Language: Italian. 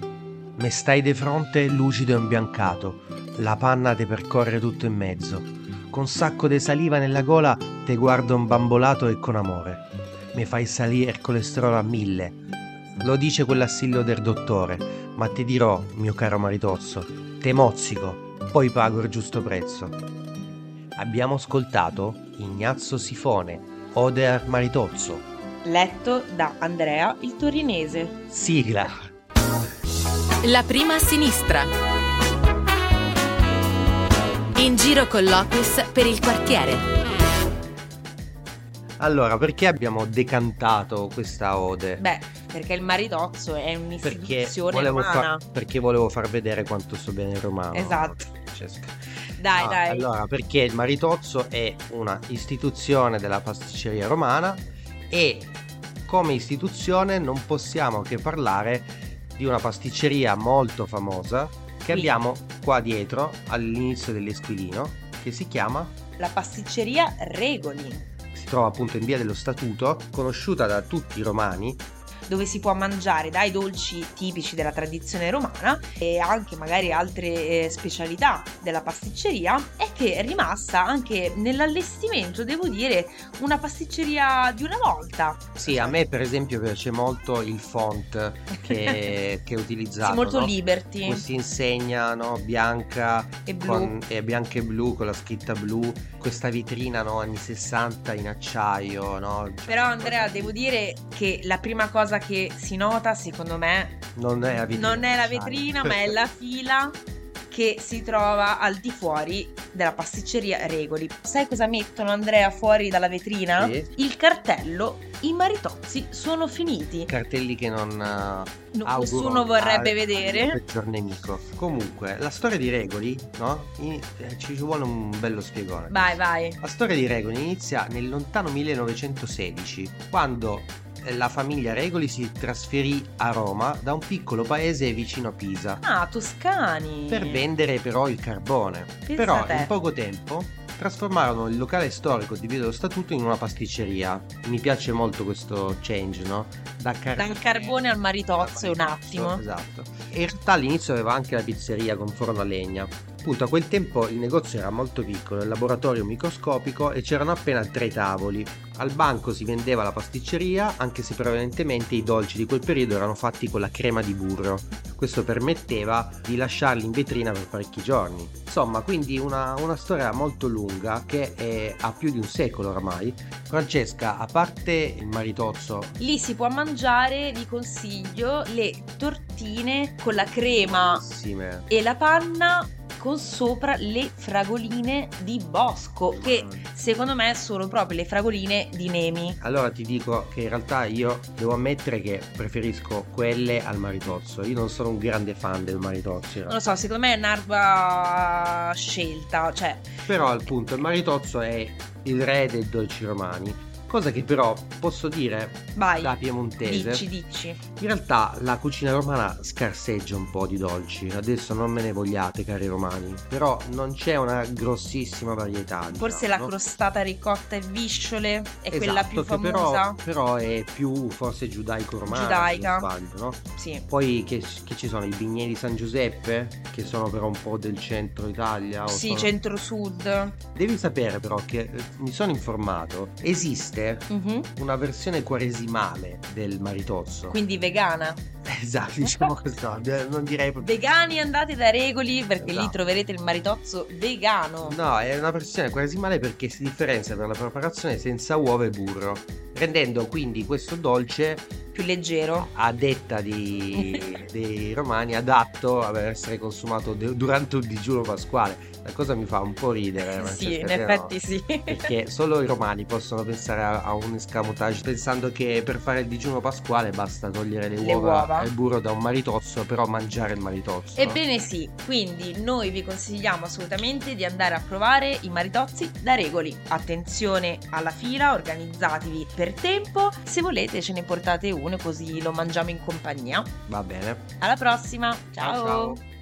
Me stai di fronte lucido e imbiancato, la panna te percorre tutto in mezzo. Con sacco di saliva nella gola te guardo imbambolato e con amore. Mi fai salire il colesterolo a mille. Lo dice quell'assillo del dottore, ma ti dirò, mio caro maritozzo, te mozzico, poi pago il giusto prezzo. Abbiamo ascoltato Ignazio Sifone, Ode al maritozzo. Letto da Andrea il Torinese. Sigla. La prima a sinistra. In giro con l'Opus per il quartiere. Allora, perché abbiamo decantato questa ode? Beh, perché il maritozzo è perché un'istituzione volevo, umana. far, perché volevo far vedere quanto so bene il romano. Esatto. Francesca. Dai, Ah, dai. Allora, perché il maritozzo è una istituzione della pasticceria romana e come istituzione non possiamo che parlare di una pasticceria molto famosa che Sì. abbiamo qua dietro all'inizio dell'Esquilino che si chiama La pasticceria Regoli, si trova appunto in via dello Statuto, conosciuta da tutti i romani dove si può mangiare dai dolci tipici della tradizione romana e anche magari altre eh, specialità della pasticceria e che è rimasta anche nell'allestimento, devo dire, una pasticceria di una volta. Sì, a me per esempio piace molto il font che, che è utilizzato. Sì, molto Esatto, no? liberty Questi insegna no? bianca, e blu. con- eh, bianca e blu con la scritta blu, questa vitrina no? anni 60 in acciaio. No? Cioè, Però Andrea, devo dire che la prima cosa che si nota, secondo me, non è la vetrina, non è la sai. vetrina, ma è la fila che si trova al di fuori della pasticceria Regoli. Sai cosa mettono Andrea fuori dalla vetrina? Sì, Il cartello I maritozzi sono finiti. Cartelli che non eh, No, auguro nessuno vorrebbe al- al vedere. peggior nemico. Comunque, la storia di Regoli, no? In- eh, ci ci vuole un bello spiegone. Vai, vai. La storia di Regoli inizia nel lontano 1916, quando eh, la famiglia Regoli si trasferì a Roma da un piccolo paese vicino a Pisa Ah, Toscani. per vendere però il carbone. Pensa però te. in poco tempo trasformarono il locale storico di Via dello Statuto in una pasticceria. Mi piace molto questo change, no? Da car- Dal carbone al maritozzo è un attimo. Esatto. E in realtà all'inizio aveva anche la pizzeria con forno a legna. Appunto, a quel tempo il negozio era molto piccolo, il laboratorio microscopico e c'erano appena tre tavoli. Al banco si vendeva la pasticceria, anche se prevalentemente i dolci di quel periodo erano fatti con la crema di burro. Questo permetteva di lasciarli in vetrina per parecchi giorni. Insomma, quindi una, una storia molto lunga che è- ha più di un secolo ormai. Francesca, a parte il maritozzo, Lì si può mangiare, vi consiglio, le tortine con la crema buonissime. e la panna con sopra le fragoline di Bosco, che secondo me sono proprio le fragoline di Nemi. Allora ti dico che in realtà io devo ammettere che preferisco quelle al maritozzo. Io non sono un grande fan del maritozzo. in Non lo realtà. so, secondo me è un'arba scelta, cioè Però al punto il maritozzo è il re dei dolci romani. Cosa che però posso dire vai, da piemontese. dici, dici. In realtà la cucina romana scarseggia un po' di dolci. Adesso non me ne vogliate, cari romani. Però non c'è una grossissima varietà. Forse diciamo, la no? crostata ricotta e visciole è quella Esatto, più che però- famosa. Però, è più forse giudaico-romana. Giudaica. Se non sbaglio, no? Sì. Poi che, che ci sono i bignè di San Giuseppe, che sono però un po' del centro Italia. o Sì, sono- centro-sud. Devi sapere però che eh, mi sono informato, esiste Mhm. una versione quaresimale del maritozzo. Quindi vegana. Esatto, diciamo così, no, de- non direi proprio... Vegani andate da Regoli perché lì Esatto. troverete il maritozzo vegano. No, è una versione quaresimale perché si differenzia per la preparazione senza uova e burro, rendendo quindi questo dolce, Più leggero. a detta di- dei romani, adatto ad essere consumato de- durante un digiuno pasquale. La cosa mi fa un po' ridere. sì, Francesca, in te no? effetti sì. perché solo i romani possono pensare a, a un escamotage pensando che per fare il digiuno pasquale basta togliere le uova, Le uova. e il burro da un maritozzo però mangiare il maritozzo Ebbene sì, quindi noi vi consigliamo assolutamente di andare a provare i maritozzi da regoli. Attenzione alla fila, organizzatevi per tempo, se volete ce ne portate uno così lo mangiamo in compagnia. va bene Alla prossima, ciao! ciao.